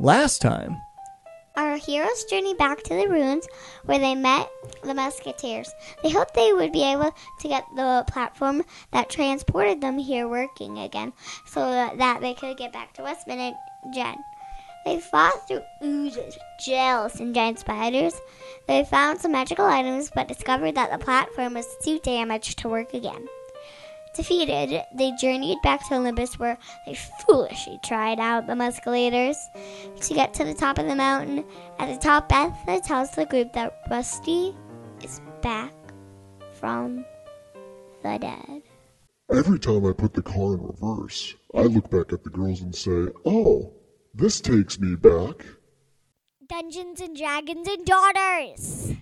last time. Our heroes journey back to the ruins where they met the musketeers. They hoped they would be able to get the platform that transported them here working again so that they could get back to Westman and Jen. They fought through oozes, gels, and giant spiders. They found some magical items but discovered that the platform was too damaged to work again. Defeated, they journeyed back to Olympus where they foolishly tried out the musculators to get to the top of the mountain. At the top, Beth tells the group that Rusty is back from the dead. Every time I put the car in reverse, I look back at the girls and say, Oh, this takes me back. Dungeons and Dragons and Daughters.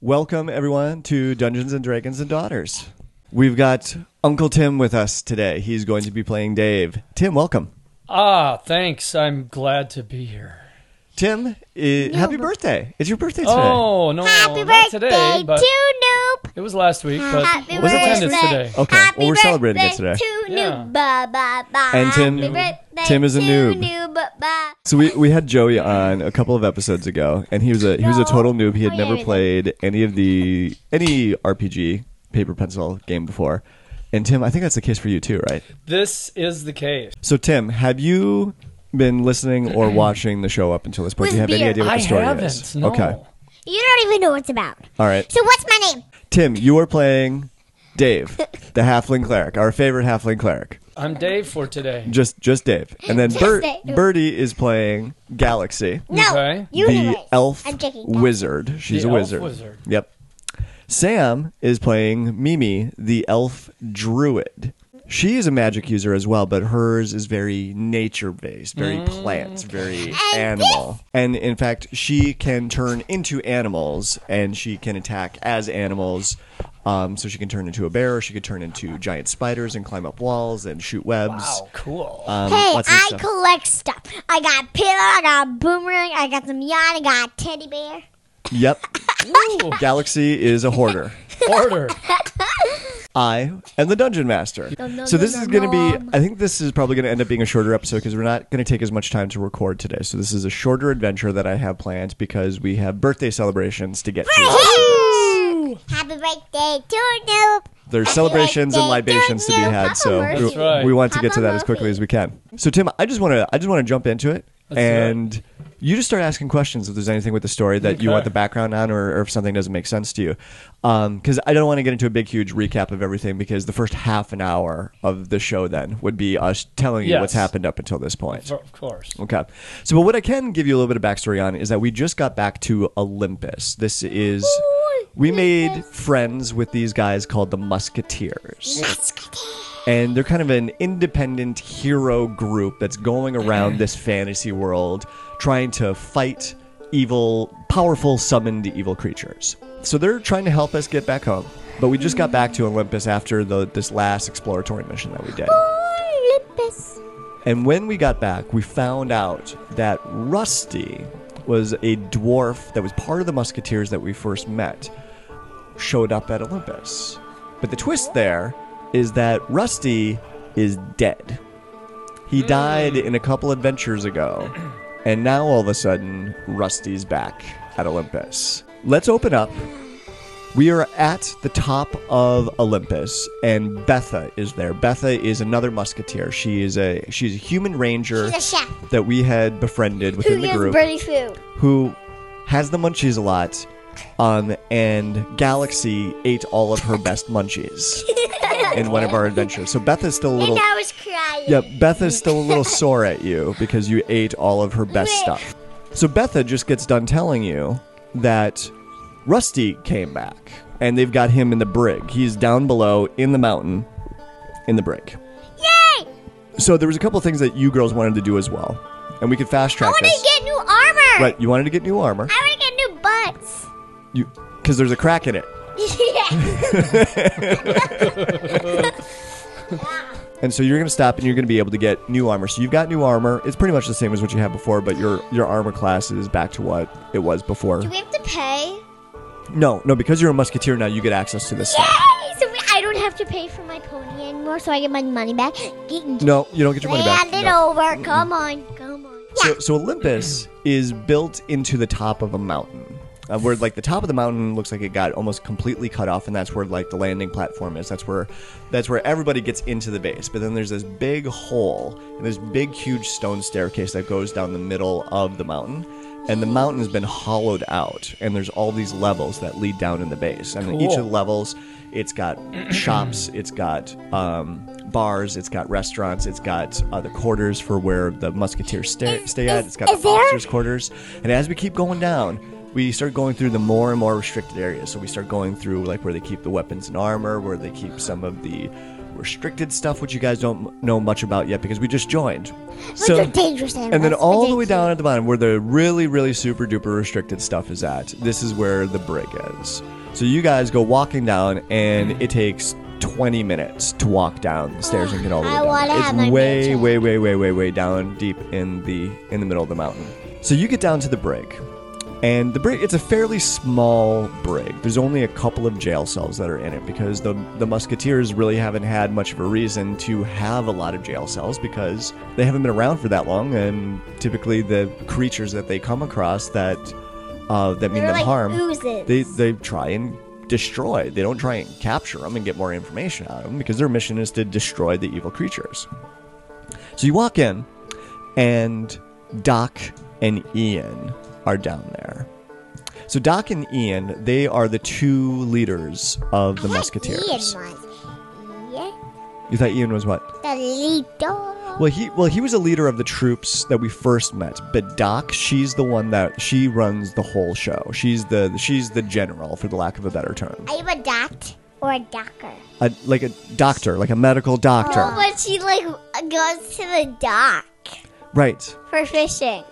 Welcome, everyone, to Dungeons and Dragons and Daughters. We've got Uncle Tim with us today. He's going to be playing Dave. Tim, welcome. Ah, thanks. I'm glad to be here. Tim, uh, happy birthday. It's your birthday today. Oh no, Happy not birthday today, but to Noob! it was last week. But Happy Was it pretend last it's birthday. today. Okay, Happy well, we're celebrating it birthday today. To Yeah. Noob. Ba, ba, ba. And Tim- Happy birthday Tim is a to noob. noob. Ba. So we, we had Joey on a couple of episodes ago, and he was a he was a No. total noob. He had Oh, yeah, never I know. played any of the any RPG paper pencil game before. And Tim, I think that's the case for you too, right? This is the case. So Tim, have you been listening or watching the show up until this point? Do you have With any idea beer. what I the story haven't. is? No. Okay, You don't even know what it's about. all right. So what's my name? Tim, you are playing Dave, the halfling cleric, our favorite halfling cleric. I'm Dave for today. Just just Dave, and then Just Bert, Dave. Birdie is playing Galaxy. No. Okay. Universe. the elf I'm joking. wizard. She's The a elf wizard. wizard. Yep. Sam is playing Mimi, the elf druid. She is a magic user as well, but hers is very nature based, very Mm. plants, very animal. And in fact, she can turn into animals and she can attack as animals. Um, so she can turn into a bear, she could turn into giant spiders and climb up walls and shoot webs. Wow, cool. Um, Hey, lots of I stuff. collect stuff. I got a pillow, I got a boomerang, I got some yarn, I got a teddy bear. yep. Galaxy is a hoarder. Order. I am the dungeon master. so this is going to be. I think this is probably going to end up being a shorter episode because we're not going to take as much time to record today. So this is a shorter adventure that I have planned because we have birthday celebrations to get to. Happy birthday to Noob. There's celebrations and libations to be had. So That's right. we want to Papa get to that as quickly as we can. So Tim, I just want to. I just want to jump into it and. You just start asking questions if there's anything with the story that you Okay. want the background on, or, or if something doesn't make sense to you, because I don't want to get into a big, huge recap of everything. Because the first half an hour of the show then would be us telling you what's Yes. happened up until this point. of course. Okay. So, but what I can give you a little bit of backstory on is that we just got back to Olympus. This is. We made friends with these guys called the Musketeers. And they're kind of an independent hero group that's going around this fantasy world trying to fight evil, powerful, summoned evil creatures. So they're trying to help us get back home. But we just got back to Olympus after the, this last exploratory mission that we did. Olympus. And when we got back, we found out that Rusty was a dwarf that was part of the Musketeers that we first met, showed up at Olympus. But the twist there is that Rusty is dead. He died in a couple adventures ago, and now all of a sudden, Rusty's back at Olympus. Let's open up. We are at the top of Olympus, and Betha is there. Betha is another musketeer. She is a she's a human ranger She's a chef. that we had befriended within the group, food? who has the munchies a lot. Um, and Galaxy ate all of her best munchies in one of our adventures. So Betha's still a little. And I was crying. Yeah, Betha's still a little sore at you because you ate all of her best stuff. So Betha just gets done telling you that Rusty came back and they've got him in the brig. He's down below in the mountain in the brig. Yay! So there was a couple of things that you girls wanted to do as well. And we could fast I track want to this. get new armor. right, you wanted to get new armor. I want to get new butts. You cuz there's a crack in it. yeah. And so you're going to stop and you're going to be able to get new armor. So you've got new armor. It's pretty much the same as what you had before, but your your armor class is back to what it was before. Do we have to pay? No, no, because you're a musketeer now, you get access to this. stuff. Yay! So we, I don't have to pay for my pony anymore, so I get my money back. Get, No, you don't get your money back. Hand it No. over. Come on. Come on. So, so Olympus is built into the top of a mountain. Uh, where like the top of the mountain looks like it got almost completely cut off, and that's where like the landing platform is. That's where, that's where everybody gets into the base. But then there's this big hole and this big huge stone staircase that goes down the middle of the mountain, and the mountain has been hollowed out. And there's all these levels that lead down in the base, and each of Cool. the levels. It's got shops, it's got um, bars, it's got restaurants, it's got uh, the quarters for where the musketeers stay, stay at, it's got the officers' quarters. And as we keep going down, we start going through the more and more restricted areas. So we start going through like where they keep the weapons and armor, where they keep some of the restricted stuff, which you guys don't m- know much about yet because we just joined. Those are dangerous animals. And then I all the did way see. down at the bottom, where the really, really super duper restricted stuff is at, this is where the brig is. So you guys go walking down, and it takes 20 minutes to walk down the stairs and get all the way I down. wanna It's have my way, mansion. way, way, way, way, way down deep in the in the middle of the mountain. So you get down to the brig, and the brig it's a fairly small brig. There's only a couple of jail cells that are in it because the the musketeers really haven't had much of a reason to have a lot of jail cells because they haven't been around for that long and typically the creatures that they come across that uh, that mean They're them like harm oozes. they they try and destroy. They don't try and capture them and get more information out of them because their mission is to destroy the evil creatures. So you walk in, and Doc and Ian are down there. So Doc and Ian, they are the two leaders of the Musketeers. Ian was. Yeah. You thought Ian was what? The leader. Well, he well he was a leader of the troops that we first met. But Doc, she's the one that she runs the whole show. She's the she's the general, for the lack of a better term. Are you a doct or a docker? a, like a doctor, like a medical doctor. Oh, But she like goes to the dock Right. for fishing.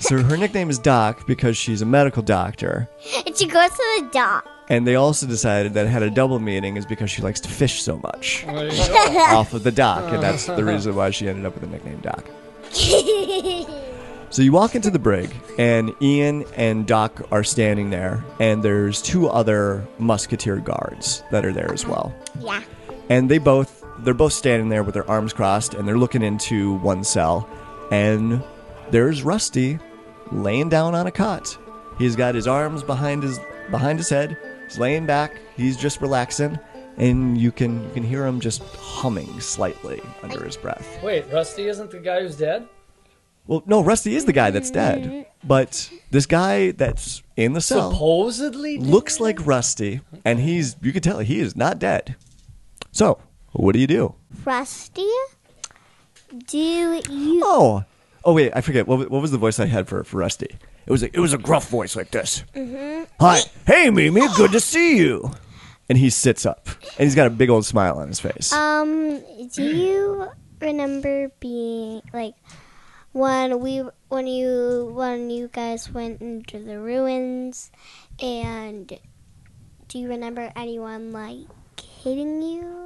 So her nickname is Doc because she's a medical doctor. And she goes to the dock. And they also decided that it had a double meaning is because she likes to fish so much There you go. off of the dock. And that's the reason why she ended up with the nickname Doc. So you walk into the brig, and Ian and Doc are standing there, and there's two other musketeer guards that are there as well. Yeah. and they both they're both standing there with their arms crossed and they're looking into one cell and there's rusty laying down on a cot he's got his arms behind his behind his head he's laying back he's just relaxing and you can you can hear him just humming slightly under his breath Wait, Rusty isn't the guy who's dead? well no rusty is the guy that's dead but this guy that's in the cell Supposedly. dead? looks like rusty and he's you can tell he is not dead so what do you do Rusty? Do you? Oh, oh wait, I forget. What, wa- what was the voice I had for, for Rusty? It was like it was a gruff voice like this. Mm-hmm. Hi, hey Mimi, good to see you. And he sits up, and he's got a big old smile on his face. Um, do you remember being like when we when you when you guys went into the ruins and do you remember anyone like hitting you?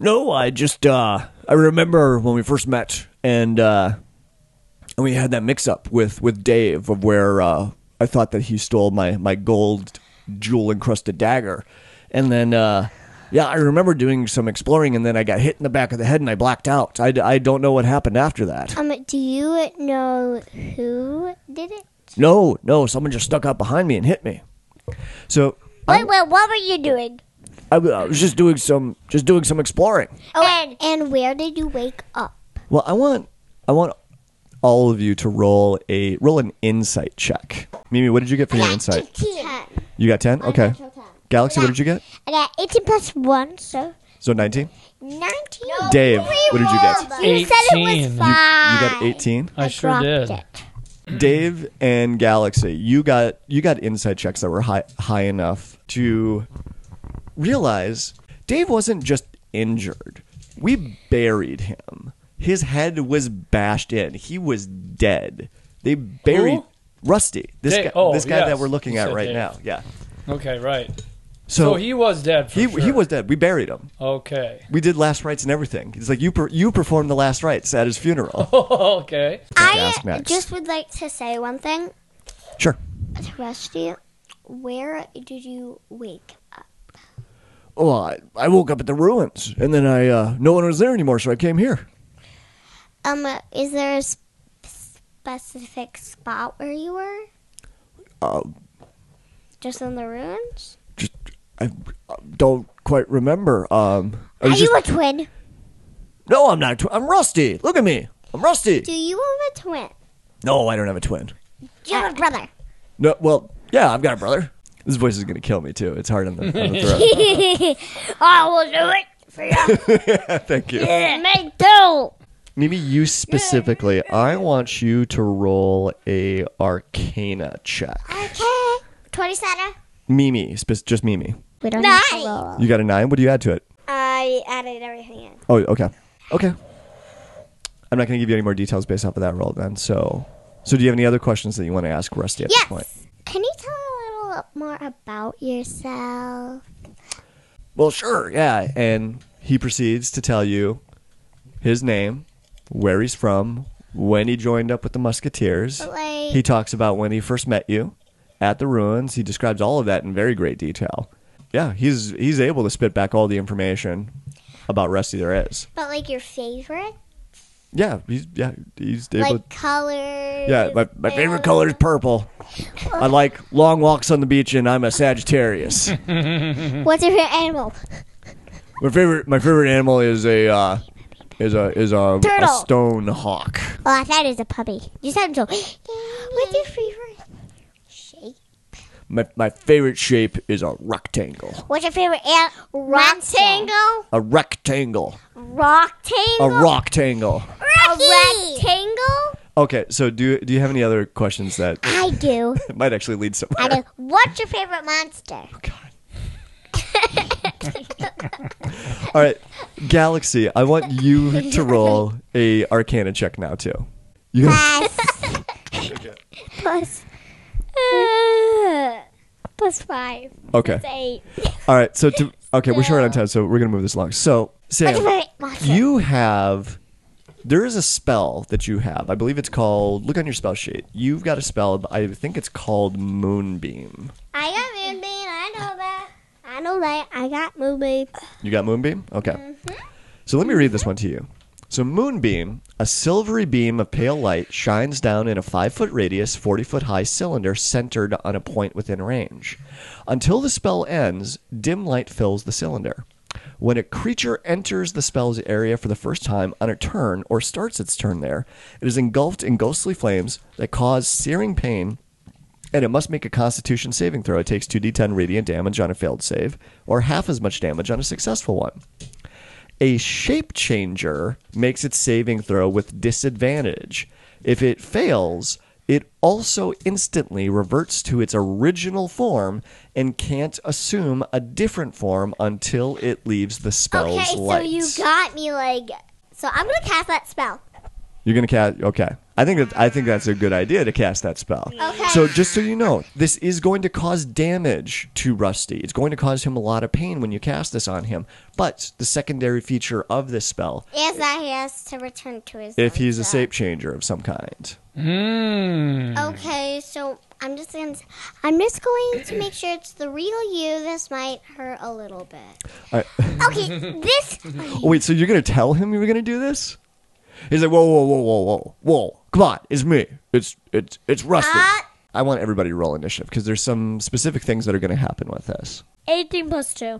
no, I just uh, I remember when we first met, and uh, and we had that mix up with with Dave of where uh, I thought that he stole my my gold jewel encrusted dagger, and then uh, yeah, I remember doing some exploring, and then I got hit in the back of the head and I blacked out. I, d- I don't know what happened after that. Um, do you know who did it? No, no, someone just stuck out behind me and hit me. So I, Wait, Um, wait. What were you doing? I, I was just doing some just doing some exploring. Oh, and And where did you wake up? Well, I want I want all of you to roll a roll an insight check. Mimi, what did you get for your insight? Ten. You got 10? Okay. Galaxy, what did you get? I got 18 plus 1, so So 19? 19. Dave, what did you get? You said it was 18. 5. You got 18? I sure did. Dave and Galaxy, you got you got insight checks that were high high enough to realize Dave wasn't just injured. We buried him. His head was bashed in. He was dead. They buried Who? Rusty. This Dave- guy oh, this guy yes. that we're looking You at said right Dave. now. Yeah. Okay, right. So, So he was dead. For he, sure. he was dead. We buried him. Okay. We did last rites and everything. He's like you per- you performed the last rites at his funeral. okay. to ask I next. just would like to say one thing sure. to Rusty. Where did you wake up? Well, I, I woke up at the ruins, and then I uh, no one was there anymore, so I came here. Um, is there a sp- specific spot where you were? Uh, Just in the ruins? just I, I don't quite remember. Um, I Are was just, you a twin? no, I'm not. a Tw- I'm rusty. Look at me. I'm rusty. Do you have a twin? No, I don't have a twin. Do you have a brother? No, well, yeah, I've got a brother. This voice is gonna kill me too. It's hard on the, on the throat. I will do it for you. Thank you. Me too. Mimi, you specifically, I want you to roll a Arcana check. Okay. 27. Mimi, spe- just Mimi. We don't have to roll. You got a nine. What do you add to it? I added everything in. Oh, okay, okay. I'm not going to give you any more details based off of that roll then. So, so do you have any other questions that you want to ask Rusty at this point? Can you tell a little more about yourself? Well, sure, yeah. And he proceeds to tell you his name, where he's from, when he joined up with the Musketeers. Like, He talks about when he first met you at the ruins. He describes all of that in very great detail. Yeah, he's he's able to spit back all the information about Rusty there is. but like your favorite? Yeah, he's yeah he's able. Like colors? yeah, my, my favorite color is purple. I like long walks on the beach, and I'm a Sagittarius. What's your favorite animal? my favorite my favorite animal is a uh, is a is a, a Turtle. stone hawk. Oh, I thought it was a puppy. You sound so. What's your favorite shape? My my favorite shape is a rectangle. What's your favorite ant? Rectangle? A rectangle. Rectangle? A rock tangle. A rectangle? Okay, so do do you have any other questions that I do. might actually lead somewhere? I do. What's your favorite monster? All right, Galaxy, I want you to roll a Arcana check now too. You got Plus. Uh, plus five. okay? Eight. All right, so to okay, we're short on time, so we're gonna move this along. So Sam, Favorite monster? you have there is a spell that you have. I believe it's called. Look on your spell sheet. You've got a spell. I think it's called Moonbeam. I got moonbeam. I know that. I know that. I got moonbeam. You got Moonbeam? Okay. So let me read this one to you. So, Moonbeam, a silvery beam of pale light, shines down in a five foot radius, 40 foot high cylinder centered on a point within range. Until the spell ends, dim light fills the cylinder. When a creature enters the spell's area for the first time on a turn or starts its turn there, it is engulfed in ghostly flames that cause searing pain and it must make a constitution saving throw. It takes 2d10 radiant damage on a failed save, or half as much damage on a successful one. A shape changer makes its saving throw with disadvantage. If it fails, it also instantly reverts to its original form and can't assume a different form until it leaves the spell's Okay, so light. you got me like. So I'm gonna cast that spell. You're gonna cast. Okay, I think that I think that's a good idea to cast that spell. Okay. So just so you know, this is going to cause damage to Rusty. It's going to cause him a lot of pain when you cast this on him. But the secondary feature of this spell, Is that he has to return to his. if own he's a self. shape changer of some kind, Hmm. Okay, so I'm just gonna. I'm just going to make sure it's the real you. This might hurt a little bit. All right. Okay, this. Oh, wait, so you're gonna tell him you were gonna do this? He's like, whoa, whoa, whoa, whoa, whoa, whoa! Come on, it's me. It's it's it's Rusty. Ah. I want everybody to roll initiative because there's some specific things that are gonna happen with this. 18 plus 2.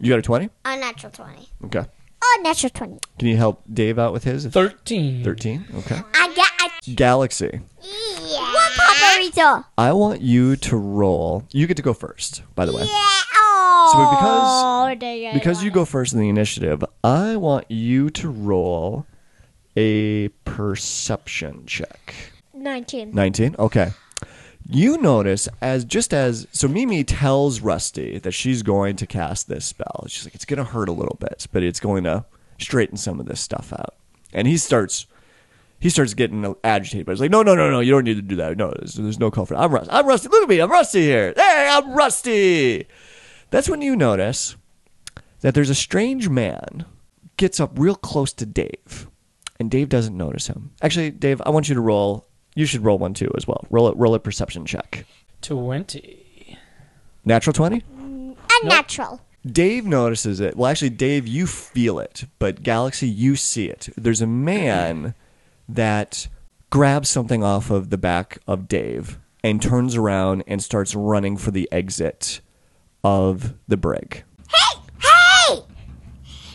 You got a twenty? Unnatural twenty. Okay. Oh, natural twenty. Can you help Dave out with his? Thirteen. 13? Okay. I got. I, Galaxy, yeah. What paparito? I want you to roll. You get to go first, by the way. Oh. So because Oh, dang it. because you go first in the initiative, I want you to roll a perception check. 19. 19. Okay. You notice as just as so Mimi tells Rusty that she's going to cast this spell. She's like it's going to hurt a little bit, but it's going to straighten some of this stuff out. And he starts he starts getting agitated, but he's like, "No, no, no, no! You don't need to do that. No, there's, there's no call for it. I'm Rusty. I'm Rusty. Look at me. I'm Rusty here. Hey, I'm Rusty." That's when you notice that there's a strange man gets up real close to Dave, and Dave doesn't notice him. Actually, Dave, I want you to roll. You should roll one too as well. Roll it. Roll a perception check. Twenty. Natural twenty. Unnatural. Dave notices it. Well, actually, Dave, you feel it, but Galaxy, you see it. There's a man that grabs something off of the back of Dave and turns around and starts running for the exit of the brig. Hey!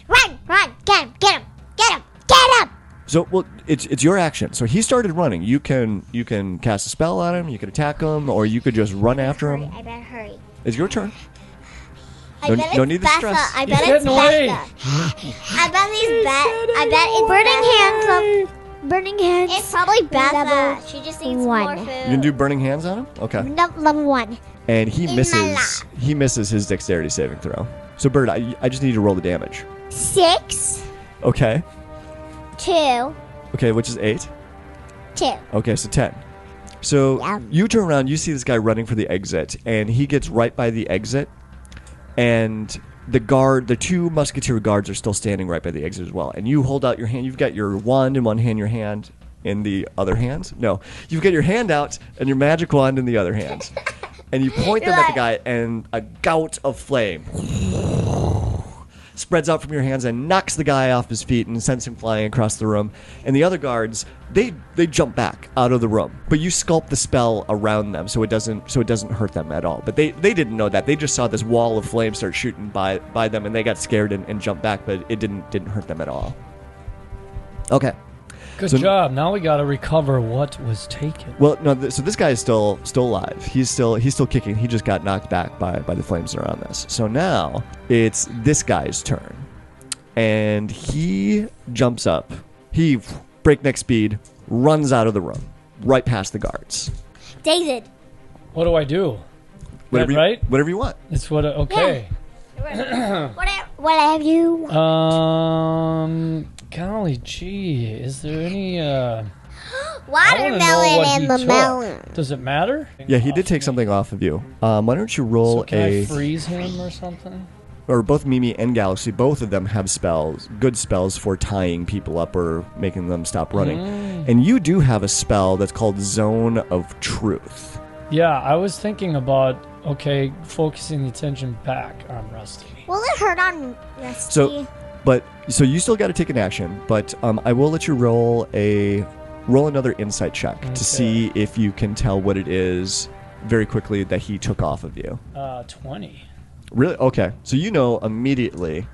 Run, run, get him, get him, get him, get him! So, well, it's it's your action. So he started running. You can you can cast a spell on him. You could attack him, or you could just run after him. I better hurry. It's your turn. I No- bet no it's need to Betha. stress. I bet He's it's getting away. Betha. I bet it's Betha. I bet it's Burning hands Burning hands. It's probably Betha. Level She just needs more one. You can food. do burning hands on him. Okay. No, level one. And he my misses. lap. He misses his dexterity saving throw. So, Bird, I, I just need you to roll the damage. Six, Okay. two, Okay, which is eight. two. Okay, so ten. So Yeah. you turn around, you see this guy running for the exit, and he gets right by the exit, and the guard, the two musketeer guards, are still standing right by the exit as well. And you hold out your hand. You've got your wand in one hand, your hand in the other hand. No, you've got your hand out and your magic wand in the other hand, and you point them at the guy, and a gout of flame spreads out from your hands and knocks the guy off his feet and sends him flying across the room. And the other guards, they they jump back out of the room. But you sculpt the spell around them so it doesn't so it doesn't hurt them at all. But they they didn't know that. They just saw this wall of flame start shooting by by them and they got scared and, and jumped back, but it didn't didn't hurt them at all. Okay. Good So- job. Now we gotta recover what was taken. Well, no. Th- so this guy is still still alive. He's still he's still kicking. He just got knocked back by by the flames around this. So now it's this guy's turn, and he jumps up. He breakneck speed runs out of the room, right past the guards. David. What do I do? Whatever, you- right? whatever you want. It's what. uh, Okay. What what have you? Um. Golly gee, is there any? Uh, I wanna know what Watermelon he and the took. melon. Does it matter? Yeah, he did take something off of you. Um, why don't you roll Oh, So can I a? freeze him or something? or both Mimi and Galaxy, both of them have spells, good spells for tying people up or making them stop running. And you do have a spell that's called Zone of Truth. Yeah, I was thinking about okay, focusing the attention back on Rusty. Will it hurt on Rusty? So, but so you still got to take an action. But um, I will let you roll a roll another insight check to see if you can tell what it is very quickly that he took off of you. Uh, twenty. Really? Okay. So you know immediately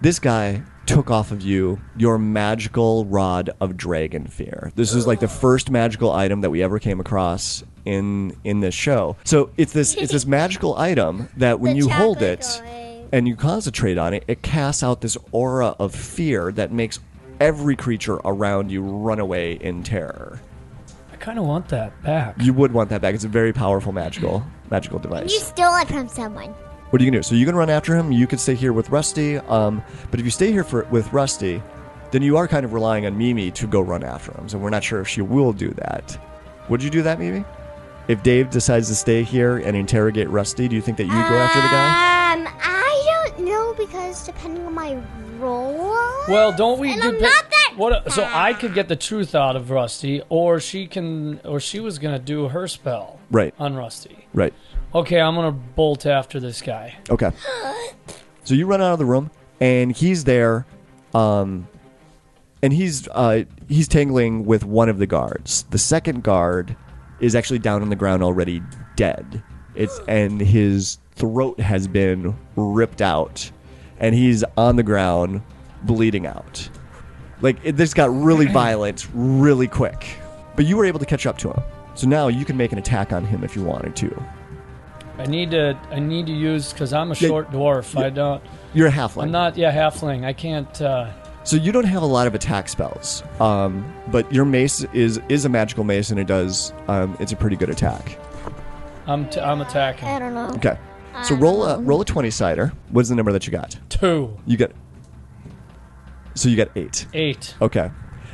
this guy took off of you your magical rod of dragon fear. This is like the first magical item that we ever came across in in this show. So it's this it's this magical item that when you hold chocolate it going. and you concentrate on it, it casts out this aura of fear that makes every creature around you run away in terror. I kind of want that back. You would want that back. It's a very powerful magical magical device. you stole it from someone. What are you gonna do? So you can run after him. You could stay here with Rusty. Um, but if you stay here for with Rusty, then you are kind of relying on Mimi to go run after him. So we're not sure if she will do that. Would you do that, Mimi? If Dave decides to stay here and interrogate Rusty, do you think that you go after the Uh, guy? Um, I don't know because depending on my role. Well, don't we? And do I'm pa- not that What? So I could get the truth out of Rusty, or she can, or she was gonna do her spell Right. on Rusty. Right. Okay, I'm gonna bolt after this guy. Okay. So you run out of the room, and he's there, um, and he's uh, he's tangling with one of the guards. The second guard is actually down on the ground already, dead. It's and his throat has been ripped out, and he's on the ground, bleeding out. Like it, this got really violent, really quick. But you were able to catch up to him, so now you can make an attack on him if you wanted to. I need to, I need to use because I'm a Yeah, short dwarf. I don't, You're a halfling. I'm not, yeah, halfling. I can't. uh So you don't have a lot of attack spells, um, but your mace is is a magical mace, and it does um, it's a pretty good attack. I'm, t- I'm attacking. I don't know. Okay, so roll a roll a twenty sider. What's the number that you got? Two, You got so you got eight. eight. Okay,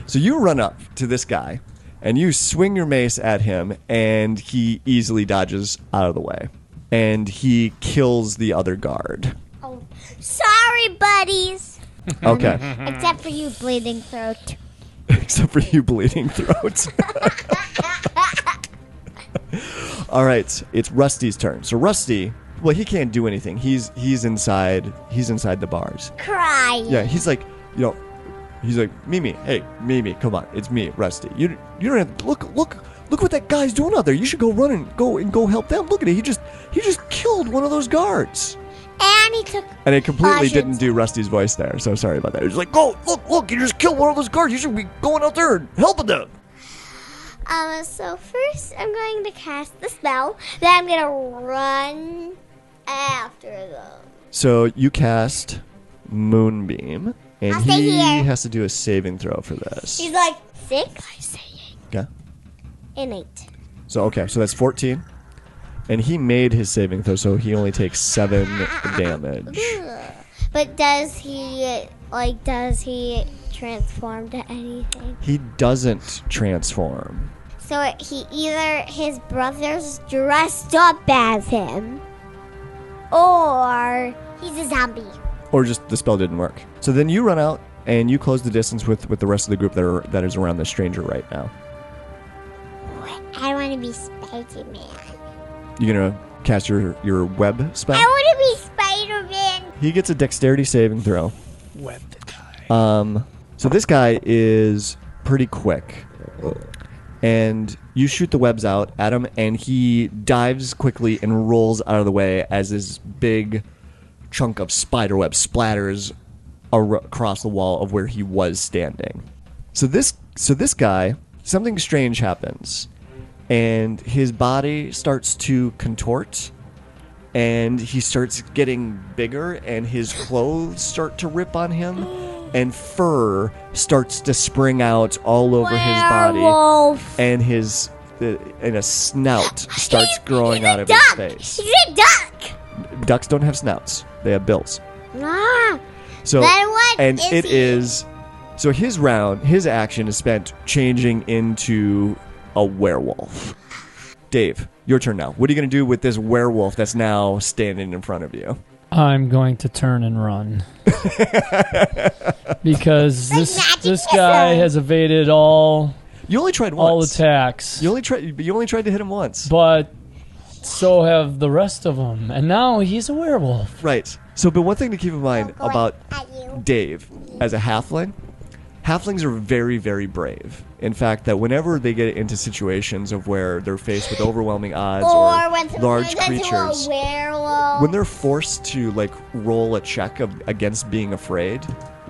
so you run up to this guy, and you swing your mace at him, and he easily dodges out of the way. and he kills the other guard. Oh, Sorry, buddies. Okay, Except for you, bleeding throat. except for you bleeding throat. All right, it's Rusty's turn. So Rusty, well, he can't do anything. He's he's inside. He's inside the bars. Cry. Yeah, he's like, you know, he's like, Mimi, hey, Mimi, come on, it's me, Rusty. You you don't have look look look what that guy's doing out there. You should go run and go and go help them. Look at it. He just he just killed one of those guards. And he took. And it completely Cautions. didn't do Rusty's voice there, so sorry about that. It was like, go, look, look, you just killed one of those guards. You should be going out there and helping them. Um, so first I'm going to cast the spell. Then I'm gonna run after them. So you cast Moonbeam, and stay he here. has to do a saving throw for this. He's like six. I say eight. Okay. And eight. So okay, so that's 14. And he made his saving throw, so he only takes seven damage. But does he like? Does he transform to anything? He doesn't transform. So he either his brother's dressed up as him, or he's a zombie. Or just the spell didn't work. So then you run out and you close the distance with, with the rest of the group that are that is around the stranger right now. I want to be Spider Man. You're gonna cast your, your web spell. I want to be Spider Man. He gets a dexterity saving throw. Um, so this guy is pretty quick. And you shoot the webs out at him, and he dives quickly and rolls out of the way as this big chunk of spider web splatters ar- across the wall of where he was standing. So this, so this guy, something strange happens, and his body starts to contort and he starts getting bigger and his clothes start to rip on him and fur starts to spring out all over his body and his uh, and a snout starts growing out of his face He's a duck. ducks don't have snouts they have bills Ah, so Then what and is it he? is so his round his action is spent changing into a werewolf dave your turn now what are you going to do with this werewolf that's now standing in front of you I'm going to turn and run. because this this guy has evaded all You only tried once. all attacks, You only tried. You only tried to hit him once. but so have the rest of them. And now he's a werewolf. Right. So, but one thing to keep in mind Oh, about at you. Dave as a halfling, halflings are very, very brave. In fact, that whenever they get into situations of where they're faced with overwhelming odds Or when or someone large turns creatures, into a werewolf. when they're forced to like roll a check of, against being afraid,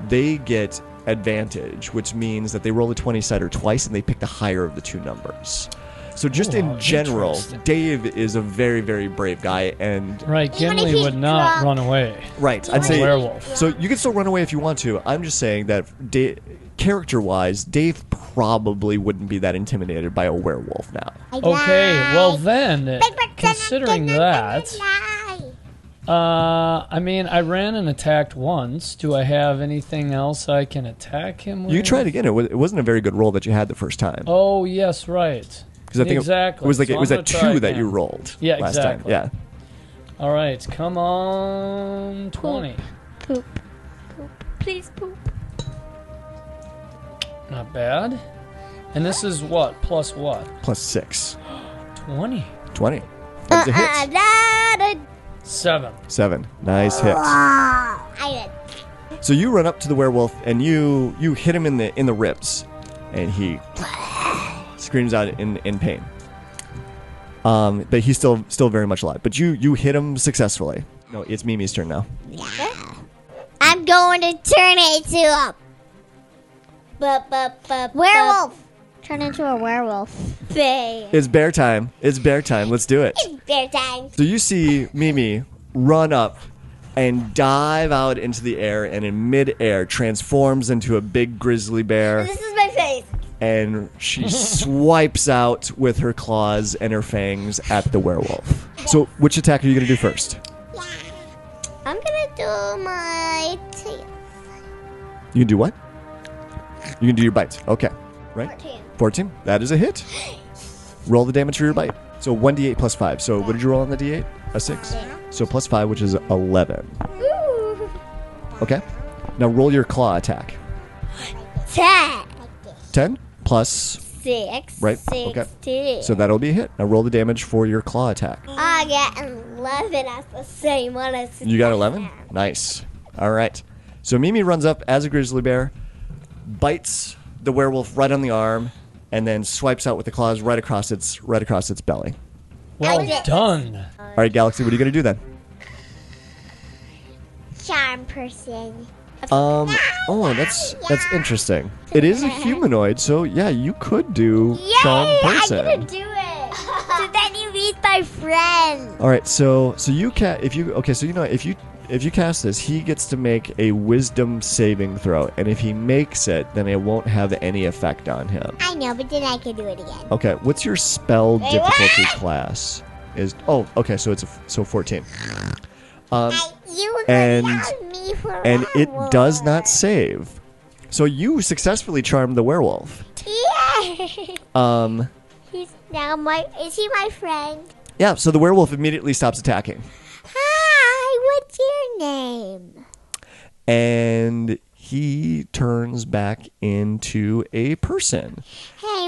they get advantage, which means that they roll a 20 sider twice and they pick the higher of the two numbers. So just in general, interesting. Dave is a very very brave guy and Right, Even if Kinley he's would not drunk. run away. right, I'd say werewolf. So you can still run away if you want to. I'm just saying that da- character-wise, Dave probably wouldn't be that intimidated by a werewolf now. Okay, well then, considering that, Lie. uh, I mean, I ran and attacked once. Do I have anything else I can attack him with? You tried again. It, wa- it wasn't a very good roll that you had the first time. Oh yes, right. Because I think it- exactly. it was like So it was I'm at gonna try two that again. you rolled. Yeah, last exactly. Time. Yeah. All right, come on, twenty. Please poop. Not bad. And this is what plus what? plus six. Twenty. 20. uh, That's a hit. Seven. Seven. Nice hit. I So you run up to the werewolf and you you hit him in the in the ribs, and he screams out in in pain. Um, but he's still still very much alive. But you you hit him successfully. No, it's Mimi's turn now. I'm going to turn into a werewolf. Turn into a werewolf. Bay. It's bear time. It's bear time. Let's do it. Bear time. So you see Mimi run up and dive out into the air, and in midair transforms into a big grizzly bear. This is my face. and she swipes out with her claws and her fangs at the werewolf. So, which attack are you going to do first? I'm gonna do my tail. You can do what? You can do your bite. Okay. Right? 14. 14. That is a hit. Roll the damage for your bite. So one d8 plus five. So what did you roll on the d8? A six. So plus five, which is eleven. Ooh. Okay. Now roll your claw attack. Ten. Ten plus. Six. Right, okay. Sixteen. So that'll be a hit. Now roll the damage for your claw attack. I get eleven at the same one as You got eleven. Nice. All right. So Mimi runs up as a grizzly bear, bites the werewolf right on the arm, and then swipes out with the claws right across its right across its belly. Well done. All right, Galaxy. What are you gonna do then? charm person. Um. Oh, that's that's interesting. It is a humanoid, so yeah, you could do charm person. do it. so then you meet my friend. All right. So so you can if you okay. So you know if you if you cast this, he gets to make a wisdom saving throw, and if he makes it, then it won't have any effect on him. I know, but then I can do it again. Okay. What's your spell difficulty class? Is oh okay. So it's a, f- so fourteen. Um, You and me for and it does not save. So you successfully charmed the werewolf. Yeah. Um, He's now my. Is he my friend? yeah, so the werewolf immediately stops attacking. Hi. What's your name? And he turns back into a person.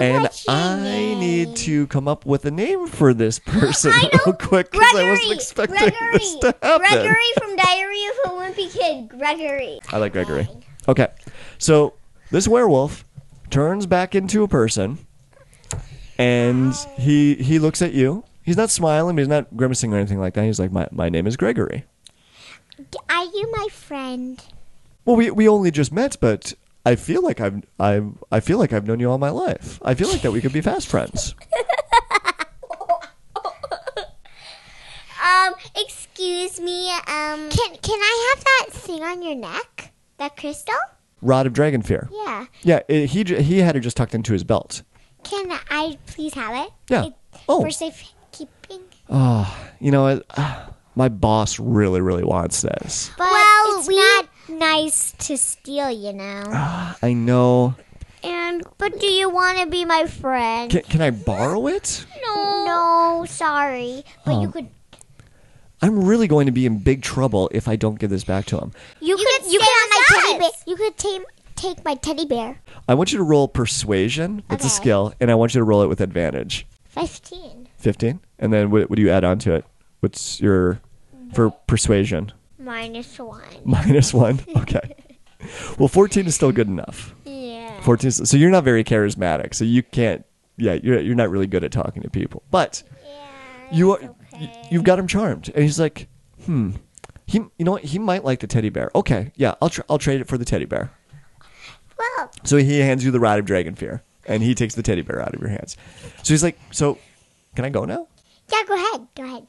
and I need to come up with a name for this person real quick because I wasn't expecting this to happen. Gregory from Diary of a Wimpy Kid. Gregory. I like Gregory. Okay. So this werewolf turns back into a person and he he looks at you. He's not smiling, but he's not grimacing or anything like that. He's like, My my name is Gregory. Are you my friend? Well we we only just met, but I feel like I've I I feel like I've known you all my life. I feel like that we could be fast friends. Um, excuse me. Um, Can Can I have that thing on your neck? That crystal? Rod of Dragon Fear. Yeah. Yeah, it, he j- he had it just tucked into his belt. Can I please have it Yeah. Oh, for safekeeping? you know, I- ah, my boss really really wants this. But well, it's not nice to steal, you know. I know. And but do you want to be my friend? Can, can I borrow it? No, sorry. But you could I'm really going to be in big trouble if I don't give this back to him. you, could you could have my teddy bear. You could tame, take my teddy bear. I want you to roll persuasion. It's a Okay. skill, and I want you to roll it with advantage. Fifteen. 15. And then what, what do you add on to it? What's your for persuasion? Minus one. Minus one. Okay. Well, 14 is still good enough. Yeah. 14. is- So you're not very charismatic. So you can't. Yeah, you're you're not really good at talking to people. But you are. y- You've got him charmed, and he's like, hmm. He, you know what? He might like the teddy bear. Okay, yeah, I'll tr- I'll trade it for the teddy bear. Well, So he hands you the rod of dragon fear, and he takes the teddy bear out of your hands. So he's like, "So, can I go now?" yeah. Go ahead. Go ahead.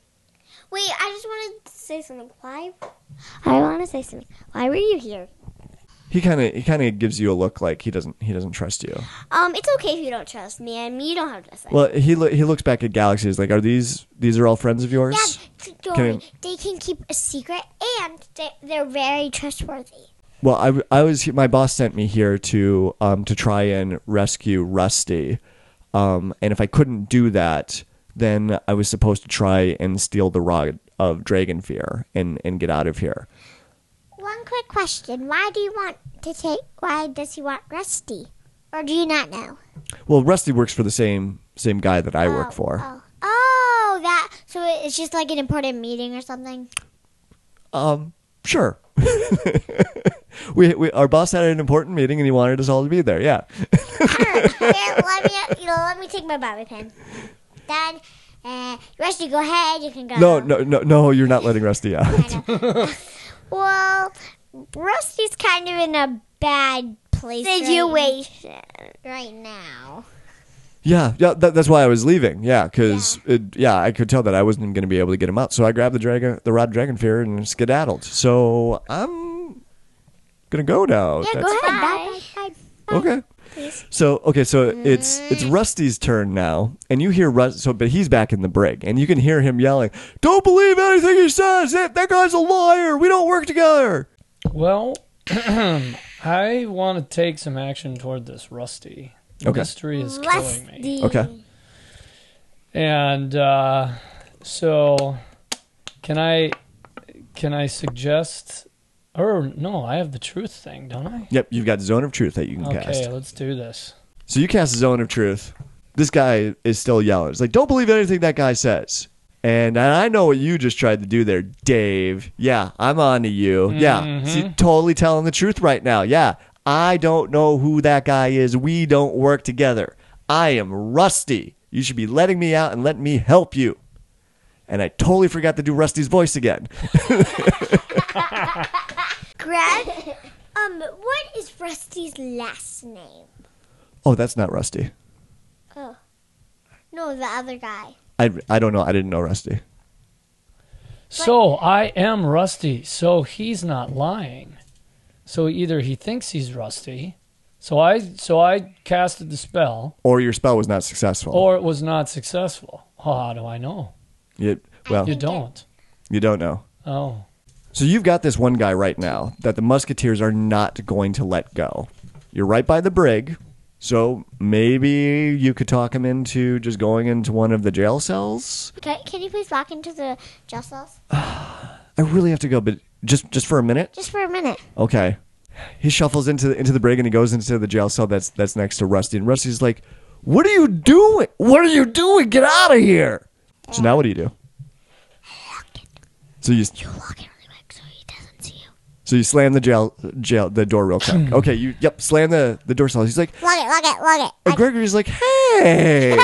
wait. I just wanted to say something. Why? I want to say something. Why were you here? He kind of he kind of gives you a look like he doesn't he doesn't trust you. Um, it's okay if you don't trust me. I mean, you don't have to say. Well, he lo- he looks back at Galaxy. He's like, "Are these these are all friends of yours?" Yeah, don't Can I- worry. They can keep a secret, and they, they're very trustworthy. Well, I, I was my boss sent me here to um to try and rescue Rusty, um and if I couldn't do that, then I was supposed to try and steal the rod of dragon fear and and get out of here. One quick question: Why do you want to take? Why does he want Rusty? Or do you not know? Well, Rusty works for the same same guy that I work for. Oh, oh, that. So it's just like an important meeting or something. Um, sure. we, we our boss had an important meeting and he wanted us all to be there. Yeah. Here, let me, you know, let me take my bobby pin. Then, uh, Rusty, go ahead. You can go. No, no, no, no. You're not letting Rusty out. Well, Rusty's kind of in a bad place. right- Situation. right now. yeah, yeah. That, that's why I was leaving. Yeah, because yeah. I could tell that I wasn't going to be able to get him out. So I grabbed the dragon, the rod, of dragon fear, and skedaddled. So I'm gonna go now. Yeah, That's- go ahead. Bye, bye, bye. Okay. So okay, so it's it's Rusty's turn now, and you hear Rust. So, but he's back in the brig, and you can hear him yelling, "Don't believe anything he says. That, that guy's a liar. We don't work together." Well, I want to take some action toward this Rusty. The Okay. mystery is killing me. Okay. And uh, so, can I can I suggest? Or no, I have the truth thing, don't I? Yep, you've got Zone of Truth that you can Okay, cast. let's do this. So you cast Zone of Truth. This guy is still yelling. It's like, don't believe anything that guy says. And I know what you just tried to do there, Dave. Yeah, I'm on to you. Mm-hmm. Yeah, see, totally telling the truth right now. Yeah, I don't know who that guy is. We don't work together. I am rusty. You should be letting me out and letting me help you. And I totally forgot to do Rusty's voice again. Greg, um, what is Rusty's last name? Oh, that's not Rusty. No, the other guy. I, I don't know. I didn't know Rusty. So I am Rusty. So he's not lying. So either he thinks he's Rusty. So I so I casted the spell, Or your spell was not successful. or it was not successful. Oh, how do I know? you, well, You don't. you don't know. Oh, So you've got this one guy right now that the Musketeers are not going to let go. You're right by the brig, so maybe you could talk him into just going into one of the jail cells. Can, can you please walk into the jail cells? I really have to go, but just just for a minute. Just for a minute. Okay. He shuffles into into the brig and he goes into the jail cell that's that's next to Rusty. And Rusty's like, "What are you doing? What are you doing? Get out of here!" So now what do you do? So you Walk in really quick so he doesn't see you. so you slam the jail jail the door real quick. okay, you yep slam the the door cell. He's like, Log it, log it, log it. and Gregory's like, "Hey."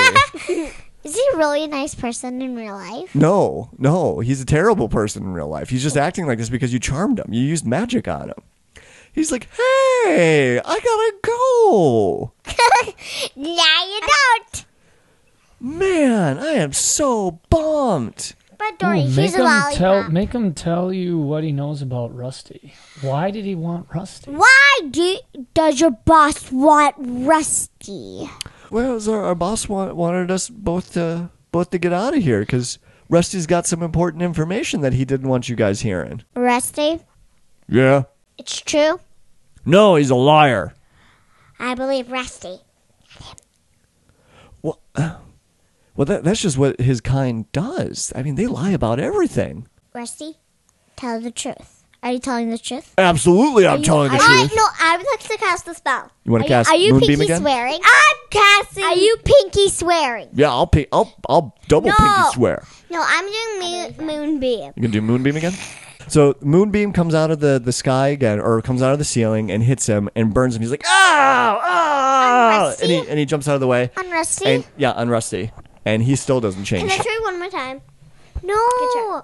Is he a really nice person in real life? No, no, he's a terrible person in real life. He's just acting like this because you charmed him. You used magic on him. He's like, hey, I gotta go. No, you don't. Man, I am so bummed. But Ooh, Dory, make he's a him lollipop. tell make him tell you what he knows about Rusty. Why did he want Rusty? Why do, does your boss want Rusty? Well, so our, our boss wa- wanted us both to both to get out of here because Rusty's got some important information that he didn't want you guys hearing. Rusty, Yeah. it's true. No, he's a liar. I believe Rusty. Well, that, that's just what his kind does. I mean, they lie about everything. Rusty, tell the truth. Are you telling the truth? Absolutely, I'm telling the I, truth. no, I would like to cast the spell. You want Are to cast Are you Moonbeam pinky again? swearing? I'm casting. Are you pinky swearing? Yeah, I'll pink, I'll I'll double No. pinky swear. No, I'm doing moon, moonbeam. You can do moonbeam again. So moonbeam comes out of the, the sky again, or comes out of the ceiling and hits him and burns him. He's like, ow, ow, and he and he jumps out of the way. On Rusty. And yeah, on Rusty, and he still doesn't change. I try one more time? No.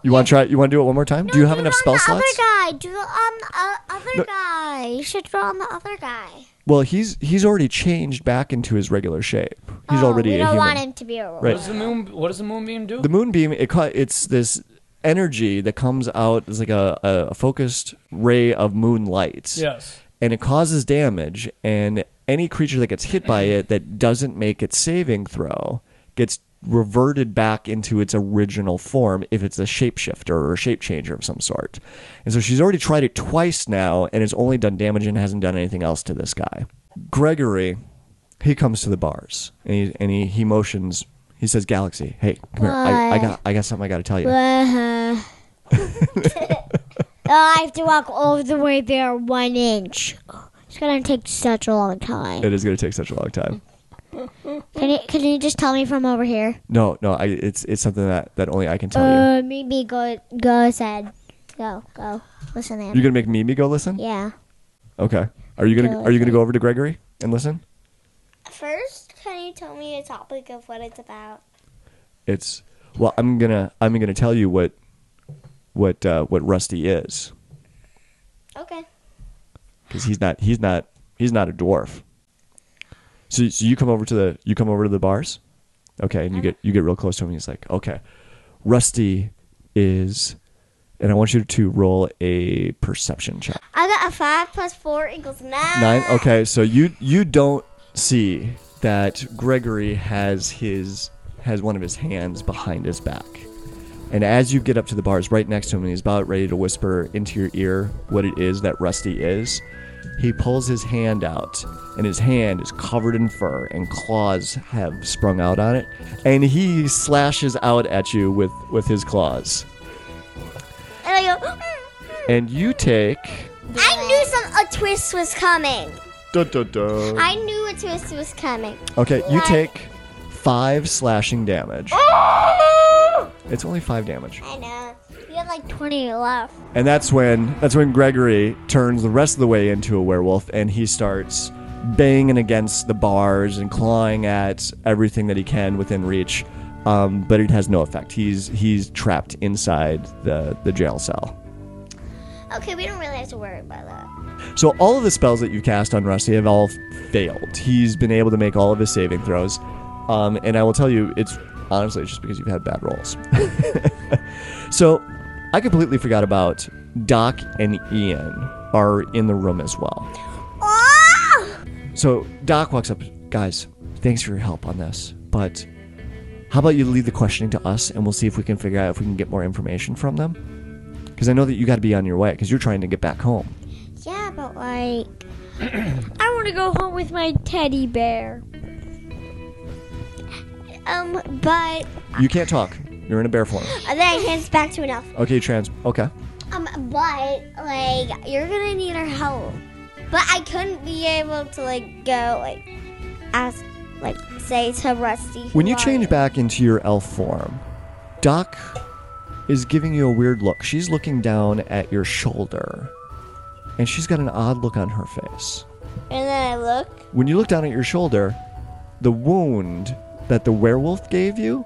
You want to try? You want to do it one more time? do you have enough spell the slots? Other guy. Do on the uh, other guy. You should draw on the other guy. Well, he's he's already changed back into his regular shape. He's already Oh, we a don't human. want him to be a robot. Right. What does the moon What does the moonbeam do? The moonbeam, it ca- it's this energy that comes out. It's like a, a a focused ray of moonlight. yes. and it causes damage. And any creature that gets hit by it that doesn't make its saving throw gets reverted back into its original form if it's a shapeshifter or a shape changer of some sort. And so she's already tried it twice now and it's only done damage and hasn't done anything else to this guy. Gregory, he comes to the bars and he, and he, he motions. He says, "Galaxy, hey, come here. I, I got, I got something I got to tell you." Uh-huh. oh, I have to walk all the way there one inch. It's gonna take such a long time. It is going to take such a long time. Can you, can you just tell me from over here? No, no, I, it's it's something that, that only I can tell you. Uh, meet me. Go, go ahead. Go, go. Listen in. You're gonna make Mimi go listen? yeah. Okay. Are you gonna Go Are you gonna go over to Gregory and listen? First, can you tell me a topic of what it's about? It's well. I'm gonna I'm gonna tell you what what uh, what Rusty is Okay. because he's not he's not he's not a dwarf. So so you come over to the you come over to the bars, okay, and you get you get real close to him. and He's like, okay, Rusty is, and I want you to roll a perception check. I got a five plus four equals nine. Nine. Okay, so you you don't see that Gregory has his has one of his hands behind his back, and as you get up to the bars right next to him, and he's about ready to whisper into your ear what it is that Rusty is, He pulls his hand out, and his hand is covered in fur, and claws have sprung out on it. And he slashes out at you with, with his claws. And I go, "Mm-hmm." And you take. I knew some a twist was coming. Dun, dun, dun. I knew a twist was coming. Okay, you take five slashing damage. Ah! It's only five damage. I know. You have like 20 left. And that's when that's when Gregory turns the rest of the way into a werewolf and he starts banging against the bars and clawing at everything that he can within reach. Um, but it has no effect. He's he's trapped inside the, the jail cell. Okay, we don't really have to worry about that. So all of the spells that you cast on Rusty have all failed. He's been able to make all of his saving throws, um, and I will tell you, it's honestly it's just because you've had bad rolls. so I completely forgot about Doc and Ian are in the room as well. Oh! So Doc walks up, guys. Thanks for your help on this, but how about you leave the questioning to us, and we'll see if we can figure out if we can get more information from them. Because I know that you got to be on your way because you're trying to get back home. Yeah, but like. I want to go home with my teddy bear. Um, but. You can't talk. You're in a bear form. And then I hands back to an elf. Okay, trans. Okay. Um, but like you're gonna need our help. But I couldn't be able to like go like ask like say to Rusty. When you why- change back into your elf form, Doc is giving you a weird look. She's looking down at your shoulder, and she's got an odd look on her face. and then I look. When you look down at your shoulder, the wound that the werewolf gave you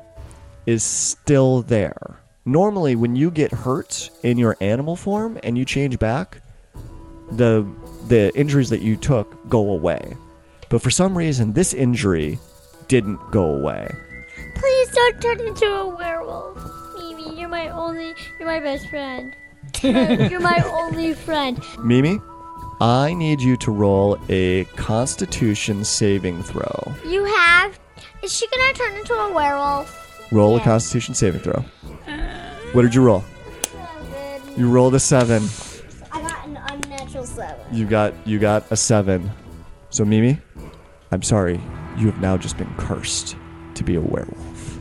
is still there. Normally, when you get hurt in your animal form and you change back, the the injuries that you took go away. But for some reason, this injury didn't go away. Please don't turn into a werewolf, Mimi. You're my only. You're my best friend. you're my only friend. Mimi, I need you to roll a Constitution saving throw. You have. Is she gonna turn into a werewolf? Roll a Constitution saving throw. What did you roll? You rolled a seven. I got an unnatural seven. You got you got a seven. So Mimi, I'm sorry. You have now just been cursed to be a werewolf.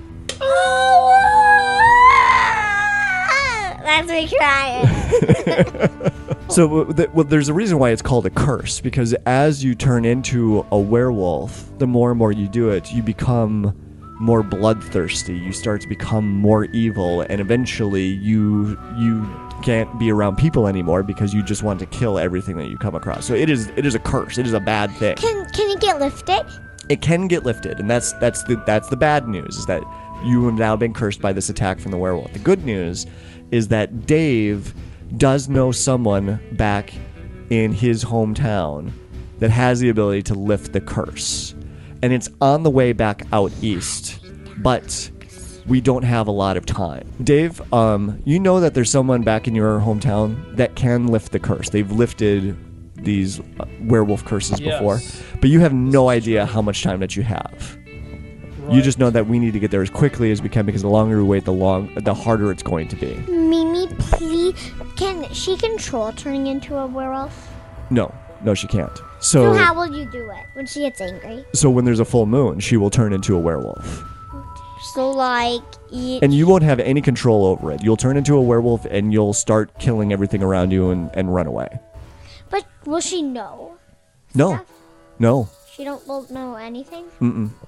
Oh, That's me crying. So w- th- well, there's a reason why it's called a curse because as you turn into a werewolf, the more and more you do it, you become more bloodthirsty. You start to become more evil, and eventually you you can't be around people anymore because you just want to kill everything that you come across. So it is it is a curse. It is a bad thing. Can can you get lifted? it can get lifted, and that's that's the that's the bad news is that you have now been cursed by this attack from the werewolf. The good news is that Dave does know someone back in his hometown that has the ability to lift the curse, and it's on the way back out east, but. We don't have a lot of time. Dave, um, you know that there's someone back in your hometown that can lift the curse. They've lifted these uh, werewolf curses Yes. before. But you have no idea how much time that you have. You just know that we need to get there as quickly as we can because the longer we wait, the long, the harder it's going to be. Mimi, please, can she control turning into a werewolf? No, no, she can't. So So, how will you do it when she gets angry? so when there's a full moon, she will turn into a werewolf, So like, you, and you won't have any control over it. You'll turn into a werewolf, and you'll start killing everything around you and, and run away. but will she know? No, no, She don't will know anything.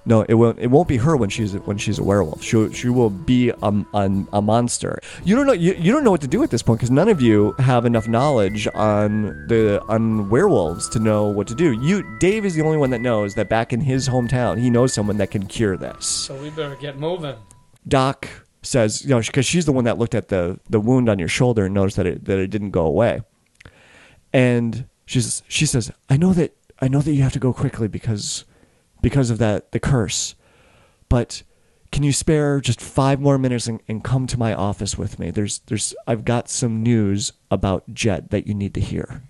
No, it won't. It won't be her when she's when she's a werewolf. She she will be a, a, a monster. You don't know. You, you don't know what to do at this point because none of you have enough knowledge on the on werewolves to know what to do. You Dave is the only one that knows that back in his hometown he knows someone that can cure this. So we better get moving. Doc says you know because she's the one that looked at the the wound on your shoulder and noticed that it that it didn't go away. And she says she says I know that I know that you have to go quickly because because of that the curse but can you spare just five more minutes and, and come to my office with me? There's there's I've got some news about Jet that you need to hear.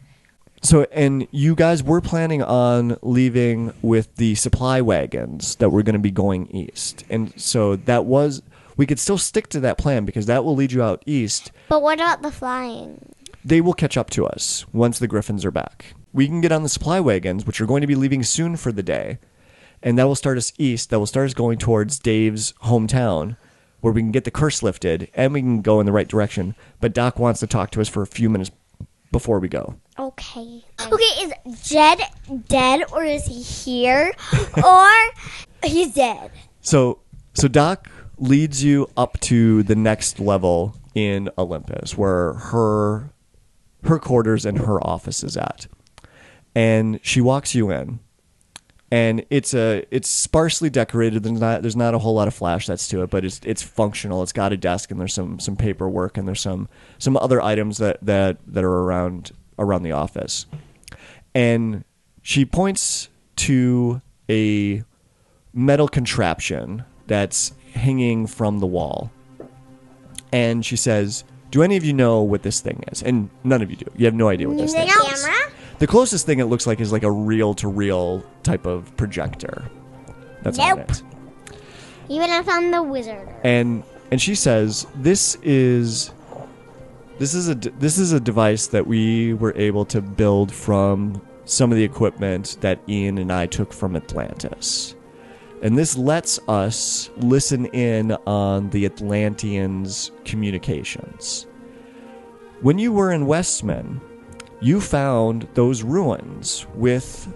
So and you guys were planning on leaving with the supply wagons that were going to be going east. And so that was we could still stick to that plan because that will lead you out east But what about the flying? they will catch up to us once the griffins are back. we can get on the supply wagons, which are going to be leaving soon for the day. And that will start us east. That will start us going towards Dave's hometown, where we can get the curse lifted and we can go in the right direction. But Doc wants to talk to us for a few minutes before we go. Okay. Okay, is Jed dead or is he here? or he's dead. So, so Doc leads you up to the next level in Olympus, where her her quarters and her office is at, and she walks you in, and it's a it's sparsely decorated. There's not there's not a whole lot of flashlights to it, but it's it's functional. It's got a desk and there's some some paperwork and there's some some other items that that that are around around the office, and she points to a metal contraption that's hanging from the wall. And she says, Do any of you know what this thing is? And none of you do. You have no idea what this thing is. Camera? The closest thing it looks like is like a reel to reel type of projector. That's all it Nope. is. Even if I'm the wizard. And and she says, This is this is a d- this is a device that we were able to build from some of the equipment that Ian and I took from Atlantis. And this lets us listen in on the Atlanteans' communications. When you were in Westman, you found those ruins with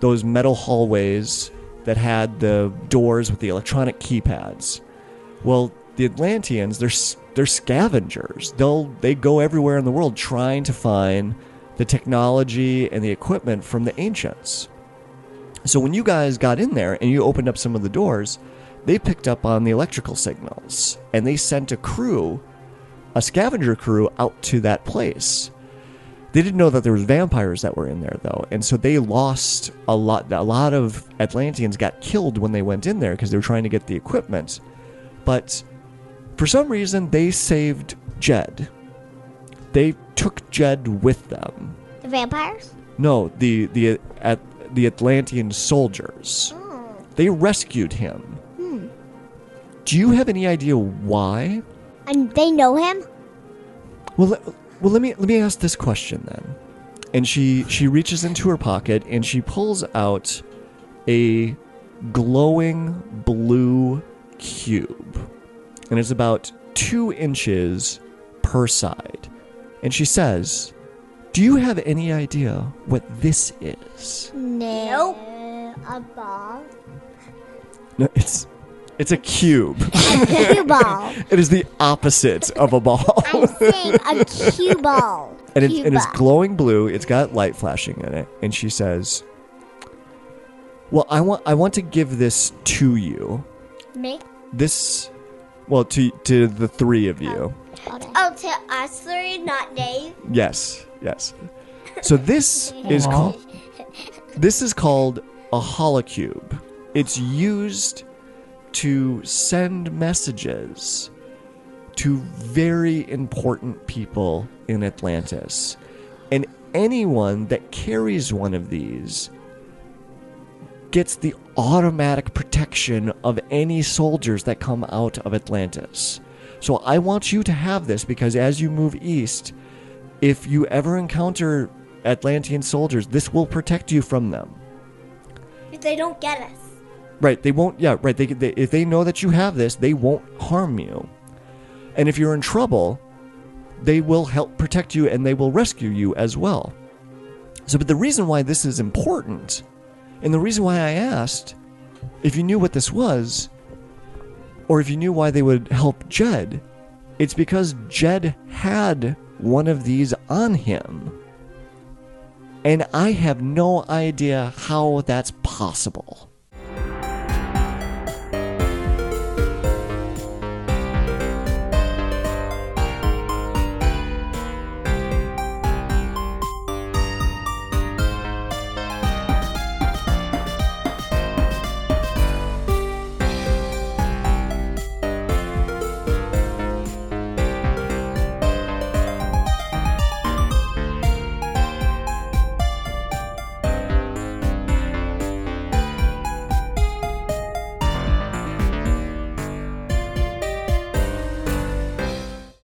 those metal hallways that had the doors with the electronic keypads. Well, the Atlanteans, they're s- they're scavengers. They'll they go everywhere in the world trying to find the technology and the equipment from the ancients. So when you guys got in there and you opened up some of the doors, they picked up on the electrical signals and they sent a crew, a scavenger crew out to that place. They didn't know that there was vampires that were in there though, and so they lost a lot a lot of Atlanteans got killed when they went in there because they were trying to get the equipment but for some reason they saved Jed. They took Jed with them. The vampires? No, the the at the Atlantean soldiers. They rescued him. Do you have any idea why? And they know him? Well, le- well, let me let me ask this question then. And she she reaches into her pocket and she pulls out a glowing blue cube, and it's about two inches per side. And she says, "Do you have any idea what this is?" No. A ball? No, it's it's a cube. Cue ball. It is the opposite of a ball. Saying a cue ball. and it's, and it's glowing blue. It's got light flashing in it, and she says, "Well, I want I want to give this to you. Me? This, well, to to the three of you. Oh, to us three, not Dave. Yes, yes. So this is called this is called a holocube. It's used to send messages to very important people in Atlantis. And anyone that carries one of these gets the automatic protection of any soldiers that come out of Atlantis. So I want you to have this because as you move east, if you ever encounter Atlantean soldiers, this will protect you from them. If they don't get us. Right? They won't. Yeah. Right. They, they if they know that you have this, they won't harm you. And if you're in trouble, they will help protect you and they will rescue you as well. So, but the reason why this is important, and the reason why I asked if you knew what this was, or if you knew why they would help Jed, it's because Jed had one of these on him. And I have no idea how that's possible.